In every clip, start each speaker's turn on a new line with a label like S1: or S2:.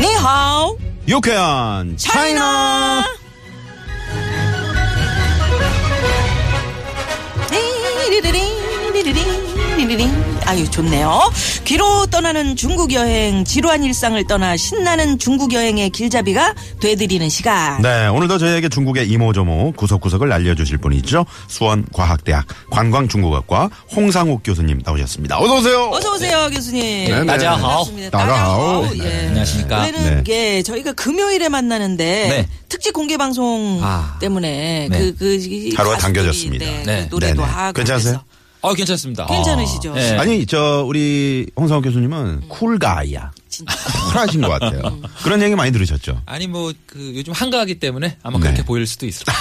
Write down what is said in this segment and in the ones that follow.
S1: 니하오
S2: 유쾌한
S1: 차이나 아유 좋네요. 귀로 떠나는 중국 여행 지루한 일상을 떠나 신나는 중국 여행의 길잡이가 되드리는 시간.
S2: 네, 오늘도 저희에게 중국의 이모저모 구석구석을 알려주실 분이죠. 수원과학대학 관광중국학과 홍상욱 교수님 나오셨습니다. 어서오세요.
S1: 어서 오세요 교수님.
S2: 네.
S3: 다자하오.
S1: 반갑습니다.
S2: 다자하오.
S1: 다자하오, 예.
S3: 안녕하십니까.
S1: 원래는
S2: 네.
S1: 이게 저희가 금요일에 만나는데
S3: 네.
S1: 특집 공개 방송
S3: 아.
S1: 때문에
S3: 네.
S1: 그, 그, 이
S2: 하루가
S1: 가수들이,
S2: 당겨졌습니다.
S1: 네, 그
S3: 네.
S1: 노래도
S2: 네네.
S1: 하고.
S2: 괜찮으세요?
S1: 그래서.
S3: 어, 괜찮습니다.
S1: 괜찮으시죠?
S3: 아, 네.
S2: 아니, 저, 우리 홍상욱 교수님은 쿨가이야.
S1: 진짜.
S2: 쿨하신 것 같아요. 그런 얘기 많이 들으셨죠?
S3: 아니 뭐 그 요즘 한가하기 때문에 아마
S2: 네.
S3: 그렇게 보일 수도 있을 것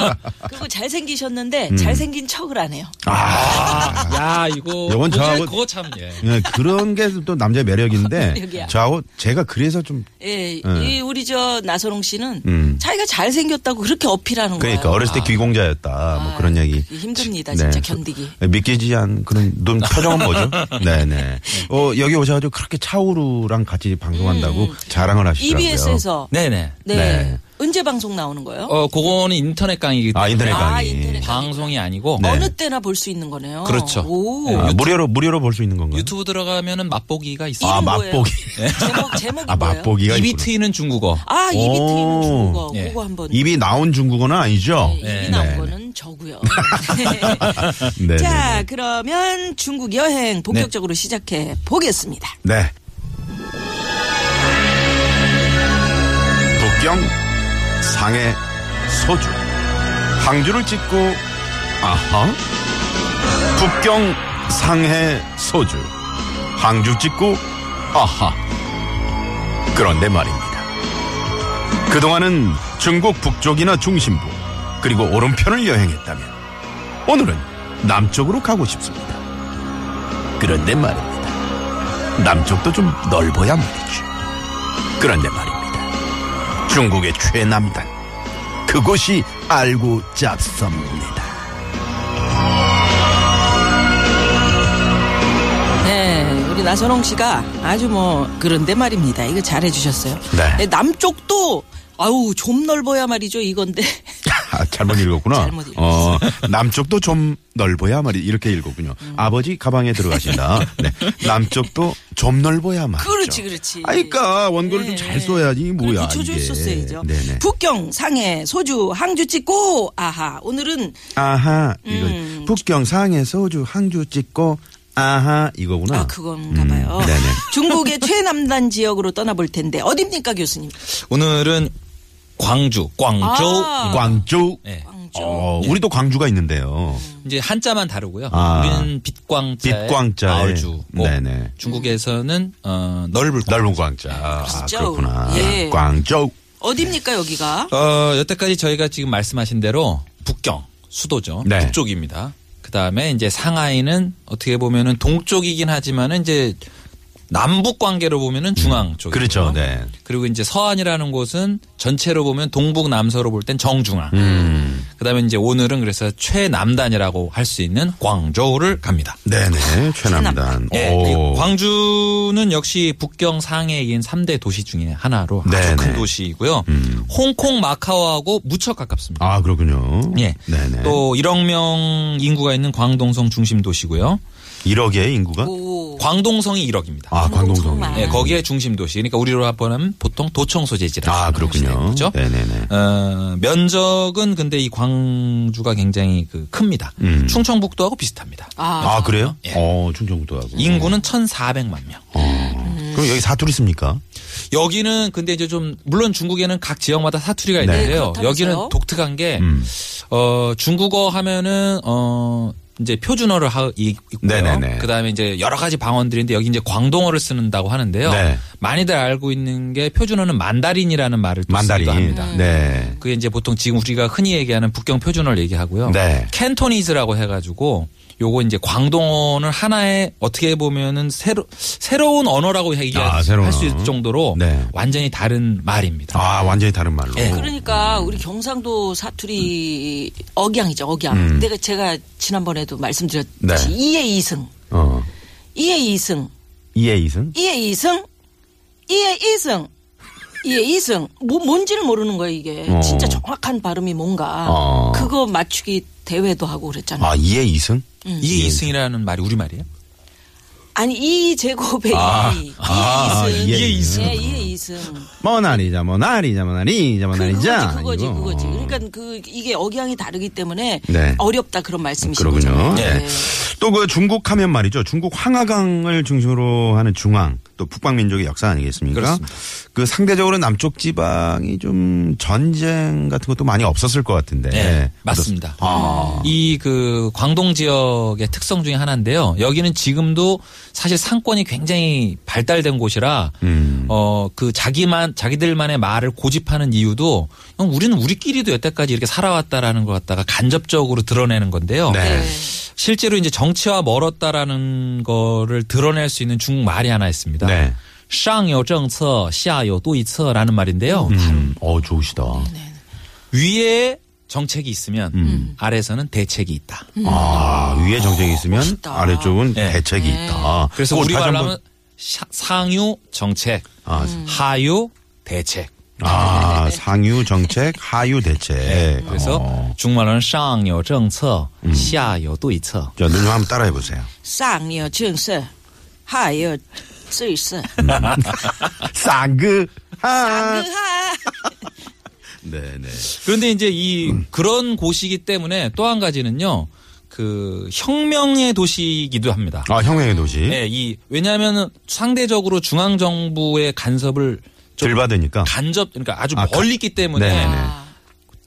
S1: 그리고 잘생기셨는데
S2: 음.
S1: 잘생긴 척을 안 해요.
S3: 같아요. 야 이거
S2: 요건
S3: 도저히
S2: 저하고-
S3: 그거 참 예.
S2: 네, 그런 게 또 남자의 매력인데
S1: 매력이야.
S2: 저하고 제가 그래서 좀
S1: 예,
S2: 네.
S1: 이 우리 저 나선홍 씨는
S2: 음.
S1: 자기가 잘생겼다고 그렇게 어필하는
S2: 그러니까
S1: 거예요. 아,
S2: 어렸을 때 귀공자였다 뭐 그런 얘기
S1: 그게 힘듭니다,
S2: 네.
S1: 진짜 견디기.
S2: 믿기지 않은 그런 눈 표정은 뭐죠? 네네. 어 여기 오셔가지고 그렇게 차우루랑 같이 방송한다고
S1: 음.
S2: 자랑을 하시더라고요.
S1: E
S2: 어,
S1: EBS에서
S3: 네네.
S1: 네.
S2: 네.
S1: 언제 방송 나오는 거예요?
S3: 어 그거는 인터넷 강의이기 때문에
S2: 아 인터넷
S1: 아,
S2: 강의.
S1: 인터넷
S3: 방송이 아니고
S2: 네.
S1: 어느 때나 볼 수 있는 거네요.
S3: 그렇죠.
S1: 오.
S2: 아, 무료로 무료로 볼 수 있는 건가요?
S3: 유튜브 들어가면은 맛보기가 있어요.
S2: 아
S1: 이름 뭐예요?
S2: 맛보기.
S1: 제목 제목이
S2: 아
S1: 뭐예요? E
S2: 맛보기가 있구나.
S3: 이비트이는 중국어.
S1: 아, 입이
S2: 오.
S1: 트이는 중국어.
S3: 예.
S1: 그거 한번.
S2: 입이 나온 중국어는 아니죠?
S1: 네, 입이
S3: 네.
S1: 나온
S2: 네.
S1: 거는 저고요.
S2: 네.
S1: 자, 그러면 중국 여행 본격적으로 시작해 보겠습니다.
S2: 네. 북경 상해 소주 항주를 찍고 아하 북경 상해 소주 항주 찍고 아하 그런데 말입니다. 그동안은 중국 북쪽이나 중심부 그리고 오른편을 여행했다면 오늘은 남쪽으로 가고 싶습니다. 그런데 말입니다. 남쪽도 좀 넓어야 말이죠. 그런데 말입니다. 중국의 최남단. 그곳이 알고 짭섭니다.
S1: 네, 우리 나선홍 씨가 아주 뭐 그런데 말입니다. 이거 잘해 주셨어요.
S2: 네.
S1: 남쪽도 아우 좀 넓어야 말이죠 이건데.
S2: 아, 잘못 읽었구나.
S1: 잘못 읽었어.
S2: 어, 남쪽도 좀 넓어야 말이 이렇게 읽었군요.
S1: 음.
S2: 아버지 가방에 들어가신다. 네. 남쪽도 좀 넓어야 말이죠.
S1: 그렇지, 그렇지.
S2: 아, 그러니까 원고를
S1: 네.
S2: 좀 잘 써야지 뭐야
S1: 그리고 조조
S2: 이게.
S1: 소스이죠.
S2: 네네.
S1: 북경, 상해, 소주, 항주 찍고 아하. 오늘은
S2: 아하
S1: 음,
S2: 이거 북경 상해 소주 항주 찍고 아하 이거구나.
S1: 아 그건가 봐요.
S2: 음, 네네.
S1: 중국의 최남단 지역으로 떠나볼 텐데 어딥니까 교수님?
S3: 오늘은 광주, 광저우.
S1: 아.
S2: 광주.
S3: 네.
S1: 광주. 예.
S2: 어, 우리도 광주가 있는데요.
S3: 이제 한자만 다르고요.
S2: 아.
S3: 우리는 빛광자,
S2: 빛광자에.
S3: 아주 뭐
S2: 네네.
S3: 중국에서는 어, 넓을 광.
S2: 넓은 광자. 아,
S1: 광주.
S2: 그렇구나.
S1: 예.
S2: 광주.
S1: 어딥니까 여기가?
S3: 어, 여태까지 저희가 지금 말씀하신 대로 북경 수도죠.
S2: 네.
S3: 북쪽입니다. 그다음에 이제 상하이는 어떻게 보면은 동쪽이긴 하지만은 이제 남북 관계로 보면은 중앙 쪽.
S2: 그렇죠. 네.
S3: 그리고 이제 서안이라는 곳은 전체로 보면 동북 남서로 볼 땐 정중앙. 그다음에 이제 오늘은 그래서 최남단이라고 할 수 있는 광저우를 갑니다.
S2: 네네. 최남단.
S3: 예,
S2: 오.
S3: 이 광주는 역시 북경 상해에 있는 3대 도시 중에 하나로 아주
S2: 네네. 음.
S3: 큰 도시이고요. 홍콩 마카오하고 무척 가깝습니다.
S2: 아, 그렇군요.
S3: 예.
S2: 네네. 또
S3: 또 1억 명 인구가 있는 광동성 중심 도시고요.
S2: 1억의 인구가?
S1: 오.
S3: 광동성이 1억입니다.
S2: 아, 광동성.
S1: 뭐, 정말.
S3: 예, 거기에 중심 도시. 그러니까 우리로 하면 보통 도청 소재지라고.
S2: 아, 그렇군요.
S3: 네, 그죠?
S2: 네네네.
S3: 어, 면적은 근데 이 광주가 굉장히 그 큽니다.
S2: 음.
S3: 충청북도하고 비슷합니다.
S2: 아, 그래요?
S3: 아, 예.
S2: 어, 충청북도하고.
S3: 인구는 1,400만 명.
S2: 그럼 여기 사투리 씁니까?
S3: 여기는 근데 이제 좀 물론 중국에는 각 지역마다
S2: 네.
S3: 사투리가 있는데요.
S1: 네, 그렇다면서요?
S3: 여기는 독특한 게
S2: 음.
S3: 어, 중국어 하면은 어 이제 표준어를 하, 이- 있고요.
S2: 네네네.
S3: 그다음에 이제 여러 가지 방언들인데 여기 이제 광동어를 쓰는다고 하는데요.
S2: 네.
S3: 많이들 알고 있는 게 표준어는 만다린이라는 말을 또
S2: 만다린.
S3: 쓰기도
S1: 음.
S3: 합니다.
S2: 네.
S3: 그게 이제 보통 지금 우리가 흔히 얘기하는 북경 표준어를 얘기하고요.
S2: 네.
S3: 캔토니즈라고 해가지고 요거 이제 광동어는 하나의 어떻게 보면은 새로 새로운 언어라고
S2: 아,
S3: 얘기할
S2: 새로운
S3: 수
S2: 언어.
S3: 있을 정도로
S2: 네.
S3: 완전히 다른 말입니다.
S2: 아, 완전히 다른 말로.
S3: 예.
S1: 그러니까 우리 경상도 사투리 억양이죠 억양. 내가 제가 지난번에도 말씀드렸듯이
S2: 음. 네.
S1: 이에 이승,
S2: 어.
S1: 이에 이승,
S2: 이에 이승?
S1: 이에 이승, 이에 이승, 이에 이승. 뭐 뭔지를 모르는 거야 이게.
S2: 어.
S1: 진짜 정확한 발음이 뭔가.
S2: 어.
S1: 그거 맞추기 대회도 하고 그랬잖아. 요
S2: 아, 이에 이승?
S3: 이
S2: 예.
S3: 이승이라는 말이 우리 말이에요?
S1: 아니 이 제곱의
S2: 아.
S1: 이. 이에
S2: 아,
S1: 이승.
S2: 이에 이승.
S1: 예, 이에 이승.
S2: 모나리자, 모나리자, 모나리자,
S1: 그-
S2: 모나리자.
S1: 그거지,
S2: 이거.
S1: 그거지, 그거지. 그러니까 그 이게 억양이 다르기 때문에
S2: 네.
S1: 어렵다 그런 말씀이신
S2: 그러군요.
S1: 거잖아요.
S2: 네.
S1: 네.
S2: 또그 중국 하면 말이죠. 중국 황하강을 중심으로 하는 중앙 또 북방민족의 역사 아니겠습니까?
S3: 그렇습니다.
S2: 그 상대적으로 남쪽 지방이 좀 전쟁 같은 것도 많이 없었을 것 같은데. 아,
S3: 네, 맞습니다. 이 그 광동 지역의 특성 중에 하나인데요. 여기는 지금도 사실 상권이 굉장히 발달된 곳이라
S2: 음.
S3: 어 그 자기만 자기들만의 말을 고집하는 이유도 그냥 우리는 우리끼리도 여태까지 이렇게 살아왔다라는 것 갖다가 간접적으로 드러내는 건데요.
S2: 네.
S3: 실제로 이제 정치와 멀었다라는 거를 드러낼 수 있는 중국 말이 하나 있습니다.
S2: 네.
S3: 상요 정策, 하요 도이처라는 말인데요.
S2: 음. 어, 좋으시다.
S3: 위에 정책이 있으면 아래에서는 대책이 있다.
S2: 아, 위에 정책이 있으면
S1: 멋있다.
S2: 아래쪽은
S3: 네.
S2: 대책이 있다.
S3: 그래서
S2: 그거
S3: 우리
S2: 다시
S3: 말로
S2: 한번-
S3: 하면 샤- 상유 정책,
S2: 아,
S3: 하유 대책.
S2: 아, 상유 정책, 하유 대책.
S3: 그래서
S2: 어. 음.
S3: 중말로는 상요 정策, 하요 도이처.
S2: 자, 눈좀 한번 따라해 보세요.
S1: 쌍여 증세 하여 쓰이스
S2: 쌍그 하.
S1: 으하.
S2: 네, 네.
S3: 그런데 이제 이
S2: 음.
S3: 그런 곳이기 때문에 또 한 가지는요. 그 혁명의 도시이기도 합니다.
S2: 아, 형행의 도시.
S3: 예, 이 왜냐하면 상대적으로 중앙 정부의 간섭을 좀
S2: 덜 받으니까.
S3: 간접 그러니까 아주
S2: 아,
S3: 멀리 있기 때문에
S2: 네네네.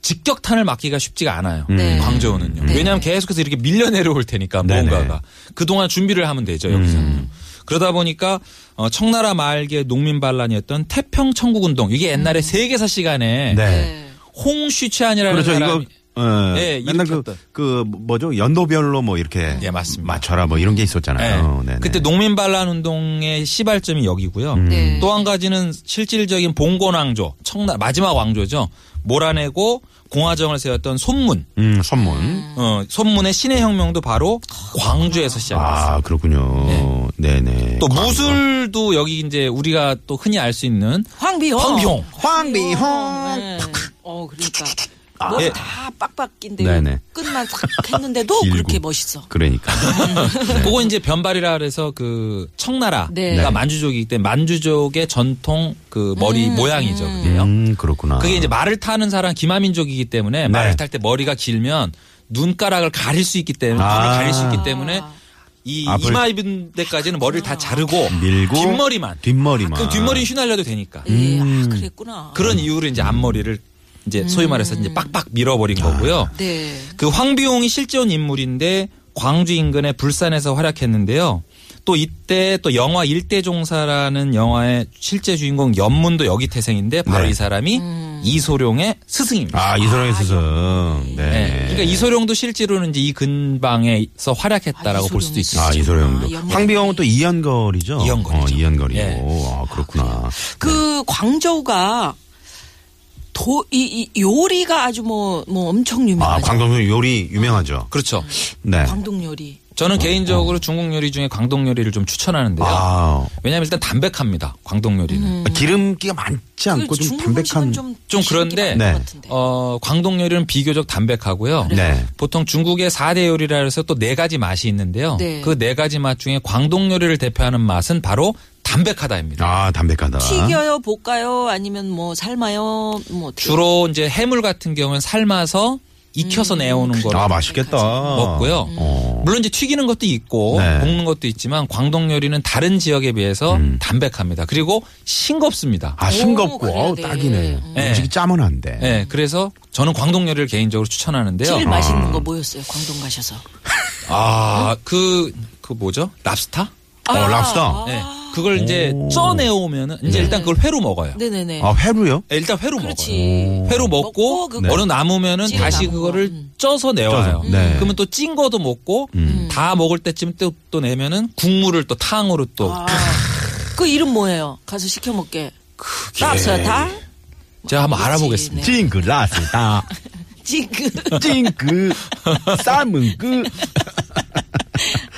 S3: 직격탄을 맞기가 쉽지가 않아요.
S1: 네.
S3: 광저우는요. 왜냐하면 계속해서 이렇게 밀려 내려올 테니까
S2: 음. 네네. 음.
S3: 뭔가가 그동안 준비를 하면 되죠 여기서는. 그러다 보니까 어, 청나라 말기의 농민 반란이었던 태평 청국 운동 이게 옛날에 세계사 시간에
S2: 음. 네.
S3: 홍쉬치안이라는
S2: 그렇죠.
S3: 사람이
S2: 이거 어,
S3: 예,
S2: 맨날 그,
S3: 일으켰던.
S2: 그 뭐죠 연도별로 뭐 이렇게
S3: 예, 맞습니다.
S2: 맞춰라 뭐 이런 게 있었잖아요.
S3: 네.
S2: 네네. 음.
S3: 그때 농민 반란 운동의 시발점이 여기고요. 또 한 가지는 실질적인 봉건 왕조, 청나 마지막 왕조죠. 몰아내고 공화정을 세웠던 손문,
S2: 음, 선문.
S3: 어, 손문의 신의 혁명도 바로 광주에서 시작했어요.
S2: 아 그렇군요. 네. 네
S3: 또 무술도 여기 이제 우리가 또 흔히 알 수 있는
S1: 황비용
S3: 황비용.
S2: 황비홍.
S1: 네. 어 그러니까
S2: 아,
S1: 뭐다
S3: 예.
S1: 빡빡인데
S2: 네네.
S1: 끝만 싹 했는데도
S2: 길고.
S1: 그렇게 멋있어
S2: 그러니까.
S3: 그거 이제 변발이라 그래서 그 청나라가
S1: 네.
S3: 만주족이기 때문에 만주족의 전통 그 머리 모양이죠. 그게요.
S2: 음 네. 그렇구나.
S3: 그게 이제 말을 타는 사람 기마민족이기 때문에 말을 탈 때 머리가 길면 눈가락을 가릴 수 있기 때문에
S2: 아.
S3: 눈을 가릴 수 있기 때문에 이
S2: 앞을-
S3: 이마 입은 데까지는 머리를 다 자르고
S2: 밀고
S3: 뒷머리만
S2: 뒷머리만.
S3: 그 뒷머리 휘날려도 되니까
S2: 음.
S1: 예, 아 그랬구나
S3: 그런 이유로 이제 앞머리를 이제 소위
S2: 음.
S3: 말해서 이제 빡빡
S2: 아.
S3: 밀어버린 거고요.
S1: 네
S3: 그 황비용이 실제 온 인물인데 광주 인근의 불산에서 활약했는데요. 또 이때 또 영화 일대종사라는 영화의 실제 주인공 연문도 여기 태생인데 바로
S2: 네.
S3: 이 사람이
S1: 음.
S3: 이소룡의 스승입니다.
S2: 아 이소룡의 스승. 네.
S3: 네. 그러니까 이소룡도 실제로는 이제 이 근방에서 활약했다라고
S1: 아,
S3: 볼
S1: 이소룡이
S3: 수도 있습니다.
S2: 아 이소룡도.
S1: 아, 연문이.
S2: 황비홍은 또 이연걸이죠.
S3: 이연걸이죠.
S2: 어, 이연걸이고.
S3: 예.
S2: 아 그렇구나.
S1: 그 광저우가 도, 이, 이 요리가 아주 뭐, 뭐 엄청
S2: 아
S1: 유명하죠.
S2: 광동선 요리 유명하죠.
S3: 네. 그렇죠.
S1: 음.
S2: 네.
S1: 광동 요리.
S3: 저는 개인적으로 중국 요리 중에 광동 요리를 좀 추천하는데요.
S2: 어, 아
S3: 왜냐하면 일단 담백합니다. 광동 요리는.
S2: 음.
S1: 음.
S2: 기름기가 많지 않고 좀
S1: 그 중국 음식은
S2: 담백한.
S1: 좀,
S3: 좀 그런데
S2: 네.
S1: 어,
S3: 어, 광동 요리는 비교적 담백하고요.
S2: 네.
S3: 보통 중국의 4대 요리라 해서 또 네 가지 맛이 있는데요.
S1: 네.
S3: 그 네 가지 맛 중에 광동 요리를 대표하는 맛은 바로 담백하다입니다.
S2: 아 담백하다.
S1: 튀겨요, 볶아요, 아니면 뭐 삶아요, 뭐 어떻게.
S3: 주로 이제 해물 같은 경우는 삶아서 익혀서 내오는 거를
S2: 아 맛있겠다.
S3: 먹고요.
S2: 어.
S3: 물론 이제 튀기는 것도 있고
S2: 네.
S3: 볶는 것도 있지만 광동 요리는 다른 지역에 비해서
S2: 음.
S3: 담백합니다. 그리고 싱겁습니다.
S2: 아 싱겁고
S1: 그래야
S2: 어우,
S1: 돼.
S2: 딱이네.
S3: 네.
S2: 음식이 짜면 안 돼.
S3: 네, 그래서 저는 광동 요리를 개인적으로 추천하는데요.
S1: 제일 맛있는
S2: 음.
S1: 거 뭐였어요? 광동 가셔서.
S3: 아, 그, 그 뭐죠? 랍스타?
S2: 어
S1: 아.
S2: 랍스터.
S3: 네. 그걸 이제 쪄내오면은 이제
S2: 네.
S3: 일단 그걸 회로 먹어요.
S1: 네네네.
S2: 아 회로요?
S3: 네, 일단 회로
S1: 그렇지.
S3: 먹어요. 회로
S1: 먹고
S3: 먹고,
S1: 그거
S3: 어느 남으면은
S1: 찌개
S3: 다시
S1: 남은
S3: 그거를
S1: 거. 음.
S3: 쪄서 내와요.
S2: 쪄서. 네. 음.
S3: 그러면 또 찐 거도 먹고 다 먹을 때쯤 또, 또 내면은 국물을 또 탕으로 또
S1: 아, 그 이름 뭐예요? 가서 시켜 먹게. 랍스터 다?
S3: 제가 한번
S1: 네.
S3: 알아보겠습니다.
S2: 찡그 라스다.
S1: 지금.
S2: 찡그 싸문그.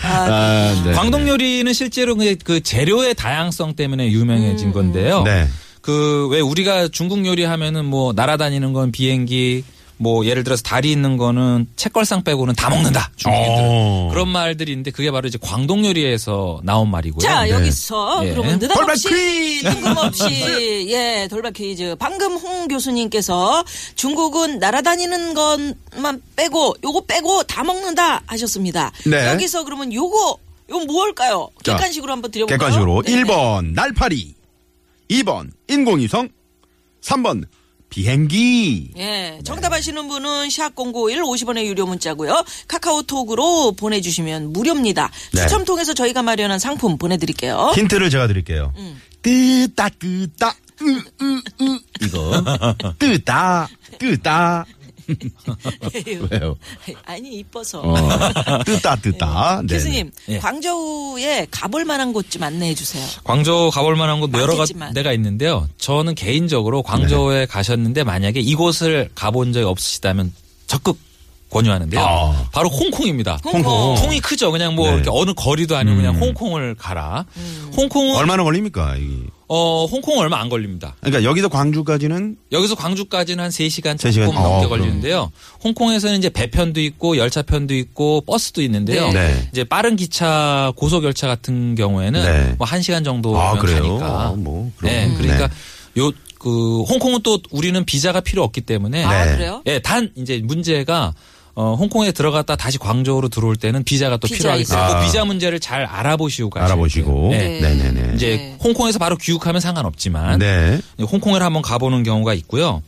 S2: 아, 네.
S3: 광동 요리는 실제로 그- 그 재료의 다양성 때문에 유명해진
S1: 음.
S3: 건데요.
S2: 네.
S3: 그 왜 우리가 중국 요리 하면은 뭐 날아다니는 건 비행기 뭐 예를 들어서 다리 있는 거는 채걸상 빼고는 다 먹는다. 중국인들
S2: 어.
S3: 그런 말들이 있는데 그게 바로 이제 광동 요리에서 나온 말이고요.
S1: 자,
S3: 네.
S1: 여기서
S3: 예.
S1: 그러면
S2: 돌발
S1: 느닷없이
S2: 퀴즈! 네.
S1: 뜬금없이 예, 돌발 퀴즈. 방금 홍 교수님께서 중국은 날아다니는 것만 빼고 요거 빼고 다 먹는다 하셨습니다.
S2: 네.
S1: 여기서 그러면 요거 요건 뭘까요?
S2: 자,
S1: 객관식으로 한번 드려볼까요?
S2: 객관식으로
S1: 네네.
S2: 1번 날파리, 2번 인공위성, 3번 비행기.
S1: 예, 정답 아시는 분은 샵0951 50원의 유료 문자고요. 카카오톡으로 보내주시면 무료입니다.
S2: 네.
S1: 추첨 통해서 저희가 마련한 상품 보내드릴게요.
S2: 힌트를 제가 드릴게요.
S1: 음.
S2: 뜨다 뜨다 으으으 이거 뜨다 뜨다 왜요?
S1: 아니 이뻐서.
S2: 어, 뜨다 뜨다. 네.
S1: 교수님,
S3: 예.
S1: 광저우에 가볼 만한 곳 좀 안내해 주세요.
S3: 광저우 가볼 만한 곳 여러 가-
S1: 많겠지만.
S3: 데가 있는데요. 저는 개인적으로 광저우에
S2: 네.
S3: 가셨는데 만약에 이곳을 가본 적이 없으시다면 적극 권유하는데요.
S2: 아.
S3: 바로 홍콩입니다.
S1: 홍콩.
S3: 통이 크죠. 그냥 뭐
S2: 네. 음.
S3: 이렇게 어느 거리도 아니고 그냥 홍콩을 가라. 홍콩은
S2: 얼마나 걸립니까? 이게?
S3: 어 홍콩 얼마 안 걸립니다.
S2: 그러니까 여기서 광주까지는
S3: 여기서 광주까지는 한 3시간
S2: 세
S3: 조금
S2: 시간
S3: 넘게
S2: 어, 그럼.
S3: 걸리는데요. 홍콩에서는 이제 배편도 있고 열차편도 있고 버스도 있는데요.
S2: 네. 네.
S3: 이제 빠른 기차 고속 열차 같은 경우에는
S2: 네.
S3: 뭐 1시간 정도
S2: 아, 그래요?
S3: 가니까.
S2: 아, 뭐 그럼.
S3: 네. 그러니까
S2: 네.
S3: 요 그 홍콩은 또 우리는 비자가 필요 없기 때문에
S1: 아,
S2: 네.
S1: 그래요?
S3: 예, 단 이제 문제가 어, 홍콩에 들어갔다 다시 광저우로 들어올 때는 비자가 또
S1: 비자
S3: 필요하기
S1: 있어요.
S3: 때문에 그
S2: 아.
S3: 비자 문제를 잘 알아보시고 가시고
S2: 알아보시고 예.
S3: 네.
S2: 네네네.
S3: 이제
S1: 네.
S3: 홍콩에서 바로 귀국하면 상관없지만
S2: 네.
S3: 홍콩을 한번 가보는 경우가 있고요.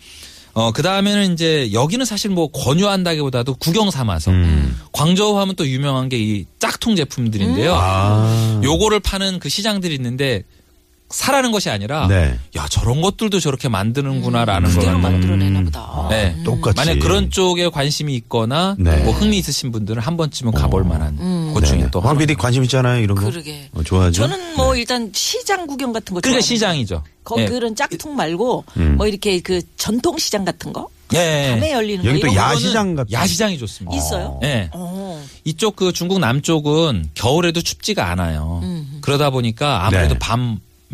S3: 어, 그 다음에는 이제 여기는 사실 뭐 권유한다기보다도 구경 삼아서
S2: 음.
S3: 광저우 하면 또 유명한 게 이 짝퉁 제품들인데요.
S2: 아.
S3: 요거를 파는 그 시장들이 있는데 사라는 것이 아니라
S2: 네.
S3: 야, 저런 것들도 저렇게 만드는구나라는
S2: 음.
S3: 걸
S1: 그대로
S3: 갖다
S1: 만들어내나 보다.
S3: 네.
S2: 아, 똑같이.
S3: 만약 그런 쪽에 관심이 있거나
S2: 네. 어.
S3: 뭐 흥미 있으신 분들은 한 번쯤은 가볼 만한
S1: 음.
S3: 곳 중에
S2: 네.
S3: 또
S2: 황
S3: 하나.
S2: PD 관심 있잖아요. 이런 거.
S1: 그러게.
S2: 어, 좋아하죠.
S1: 저는 뭐 일단 시장 구경 같은 거.
S3: 네. 그러니까
S1: 좋아합니다.
S3: 시장이죠.
S1: 거
S3: 예.
S1: 그런 짝퉁 말고
S2: 음.
S1: 뭐 이렇게 그 전통 시장 같은 거
S3: 예.
S1: 밤에 열리는
S2: 여기
S1: 거
S2: 또
S1: 이런
S2: 야시- 야시장 같은-
S3: 야시장이 좋습니다.
S1: 거 있어요?
S3: 예.
S1: 어.
S3: 이쪽 그 중국 남쪽은 겨울에도 춥지가 않아요. 그러다 보니까 아무래도
S2: 네.
S3: 밤에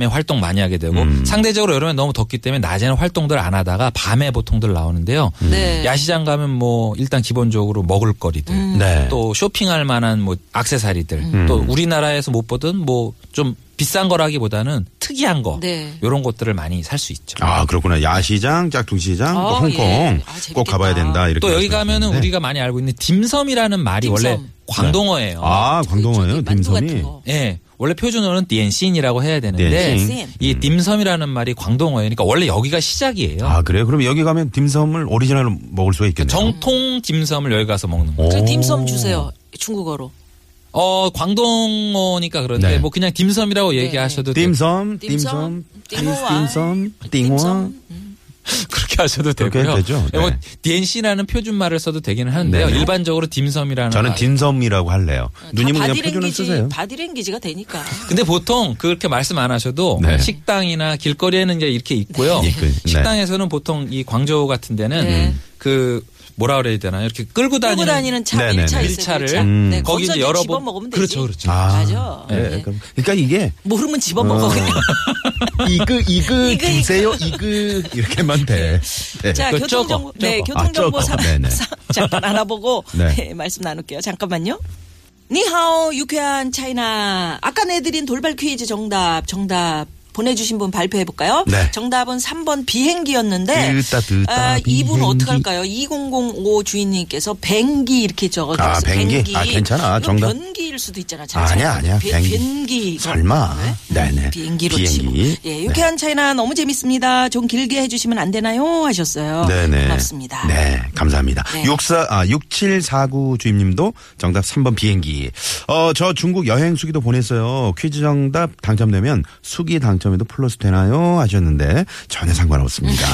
S3: 활동 많이 하게 되고
S2: 음.
S3: 상대적으로 여름에 너무 덥기 때문에 낮에는 활동들 안 하다가 밤에 보통들 나오는데요.
S1: 네.
S3: 야시장 가면 뭐 일단 기본적으로 먹을거리들
S1: 음.
S2: 네. 음.
S3: 또 쇼핑할 만한 뭐 악세사리들 또 우리나라에서 못 보던 뭐 좀 비싼 거라기보다는 특이한 거
S1: 네.
S3: 이런 것들을 많이 살 수 있죠.
S2: 아 그렇구나 야시장 짝퉁시장 또
S1: 아,
S2: 홍콩
S1: 예. 아, 재밌겠다.
S2: 꼭 가봐야 된다 네, 이렇게
S3: 또 여기 가면은
S2: 말씀하셨는데.
S3: 우리가 많이 알고 있는 dimsum이라는 말이
S1: dimsum.
S3: 원래 광동어예요.
S2: 아 광동어예요
S1: 저기 만두 같은
S2: 딤섬이 네,
S1: 거.
S3: 예. 원래 표준어는 디엔신이라고 해야 되는데
S1: 디엔신.
S3: 이 딤섬이라는 말이 광동어니까 원래 여기가 시작이에요.
S2: 아 그래요 그럼 여기 가면 딤섬을 오리지널로 먹을 수가 있겠네요
S3: 정통 딤섬을 여기 가서 먹는 거.
S2: 오.
S1: 그 딤섬 주세요. 중국어로.
S3: 어, 광동어니까 그런데
S2: 네.
S3: 뭐 그냥 딤섬이라고 얘기하셔도 되고
S2: 딤섬 딤섬
S1: dimsum,
S2: 딤섬 띵화
S1: 아, 딤섬.
S3: 그렇게 하셔도
S2: 그렇게
S3: 되고요.
S2: 되죠. 네.
S3: 뭐 디엔신이라는 표준말을 써도 되기는 하는데요.
S2: 네.
S3: 일반적으로 딤섬이라는
S2: 저는
S1: 아,
S3: 말-
S1: 예.
S2: 딤섬이라고 할래요 누님은 그냥 표준을 쓰세요
S1: 바디랭귀지가 되니까.
S3: 근데 보통 그렇게 말씀 안 하셔도
S2: 네.
S3: 식당이나 길거리에는 이제 이렇게 있고요.
S2: 네. 있고, 네.
S3: 식당에서는 보통 이 광저우 같은 데는
S1: 네.
S3: 그 뭐라 그래야 되나요? 이렇게 끌고 다니는,
S1: 끌고 다니는 차
S2: 네네네.
S1: 네차
S3: 밀차를.
S1: 있어요.
S3: 음.
S1: 밀차. 네,
S3: 거기
S1: 거기서
S3: 이제
S1: 열어
S3: 열어보-
S1: 집어 먹으면 되지.
S3: 그렇죠, 그렇죠.
S2: 아.
S1: 맞아.
S2: 네,
S1: 네.
S2: 그럼- 그러니까 이게
S1: 모르면 집어 먹어 그냥.
S2: 이그 이그
S1: 이그,
S2: 주세요 이그 이렇게만 돼 네.
S1: 자,
S3: 그
S1: 교통 정보
S3: 저거,
S1: 네,
S3: 저거.
S1: 교통 정보
S2: 아,
S1: 사,
S2: 저거. 네네.
S1: 사- 잠깐 알아보고
S2: 네.
S1: 네, 말씀 나눌게요. 잠깐만요. 니하오 유쾌한 차이나 아까 내드린 돌발 퀴즈 정답 정답 보내주신 분 발표해 볼까요?
S2: 네.
S1: 정답은 3번 비행기였는데
S2: 뜨다 뜨다
S1: 아, 이분
S2: 비행기.
S1: 어떡할까요? 2005 주인님께서 뱅기 이렇게 적어줬어요.
S2: 아, 뱅기? 아, 괜찮아.
S1: 이거
S2: 정답.
S1: 변기일 수도 있잖아. 잘
S2: 아니야,
S1: 생각해.
S2: 아니야.
S1: 비-
S2: 뱅기.
S1: 변기. 음,
S2: 설마. 네네.
S1: 비행기로
S2: 비행기.
S1: 치고. 예, 유쾌한 차이나 너무 재밌습니다. 좀 길게 해주시면 안 되나요? 하셨어요.
S2: 네네.
S1: 고맙습니다.
S2: 네, 감사합니다.
S1: 네.
S2: 64, 아, 6749 주임님도 정답 3번 비행기. 어, 저 중국 여행 수기도 보냈어요. 퀴즈 정답 당첨되면 수기 당첨에도 플러스 되나요? 하셨는데 전혀 상관없습니다.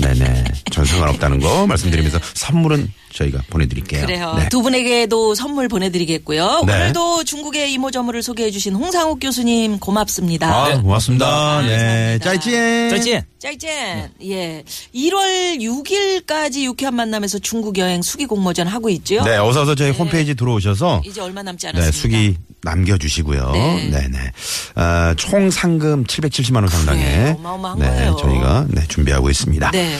S2: 네네. 전혀 상관없다는 거 말씀드리면서 선물은 저희가 보내드릴게요.
S1: 네. 그래요.
S2: 네.
S1: 두 분에게도 선물 보내드리겠고요.
S2: 네.
S1: 오늘도 중국의 이모저모를 소개해주신 홍상욱 교수님 고맙습니다.
S2: 아, 고맙습니다. 네.
S1: 감사합니다.
S2: 짜이찌엔.
S3: 짜이찌.
S1: 짤짠
S2: 네.
S1: 예. 1월 6일까지 유쾌한 만남에서 중국 여행 수기 공모전 하고 있죠.
S2: 네, 어서 어서 저희 홈페이지 들어오셔서
S1: 이제 얼마 남지
S2: 네,
S1: 않았습니다.
S2: 수기 남겨주시고요.
S1: 네.
S2: 네, 네. 아, 총 상금 770만 원 상당의
S1: 네, 어마어마한
S2: 네,
S1: 거예요.
S2: 저희가 네, 준비하고 있습니다.
S1: 네.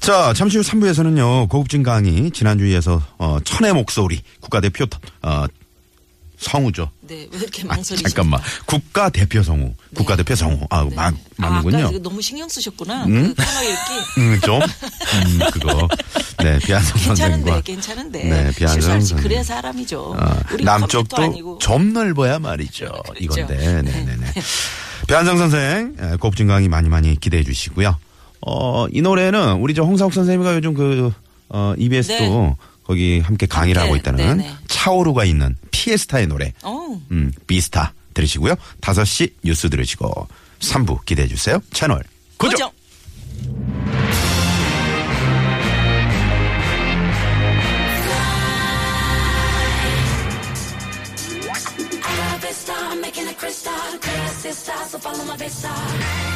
S2: 자, 잠시 후 3부에서는요. 고급진 강의 지난주에서 어, 천의 목소리 국가대표 어, 성우죠.
S1: 네. 왜 이렇게
S2: 아,
S1: 망설이시죠?
S2: 잠깐만. 국가대표 성우. 국가대표 성우. 아, 마,
S1: 아,
S2: 맞는군요.
S1: 아까 이거 너무 신경 쓰셨구나. 그 코너 읽기.
S2: 음, 좀. 음, 그거. 네, 비아성
S1: 괜찮은데,
S2: 선생과
S1: 괜찮은데.
S2: 네, 비아성
S1: 실수할지
S2: 선생님.
S1: 그래야 사람이죠.
S2: 어,
S1: 우리 컴퓨터도
S2: 남쪽도
S1: 아니고. 아, 그렇죠.
S2: 좀 넓어야 말이죠. 이건데. 네네네. 변상 선생, 에, 고급진 강의 많이 많이 기대해 주시고요. 어, 이 노래는 우리 저 홍사욱 선생님과 요즘 그, 어, EBS도 거기 함께 강의를
S1: 네. 함께,
S2: 하고 있다는
S1: 네네.
S2: 차오루가 있는 피에스타의 노래,
S1: 어.
S2: 음, 비스타 들으시고요. 5시 뉴스 들으시고 3부 기대해 주세요. 채널 고정!
S1: 고정.
S4: Making a crystal, glass is so follow my vista.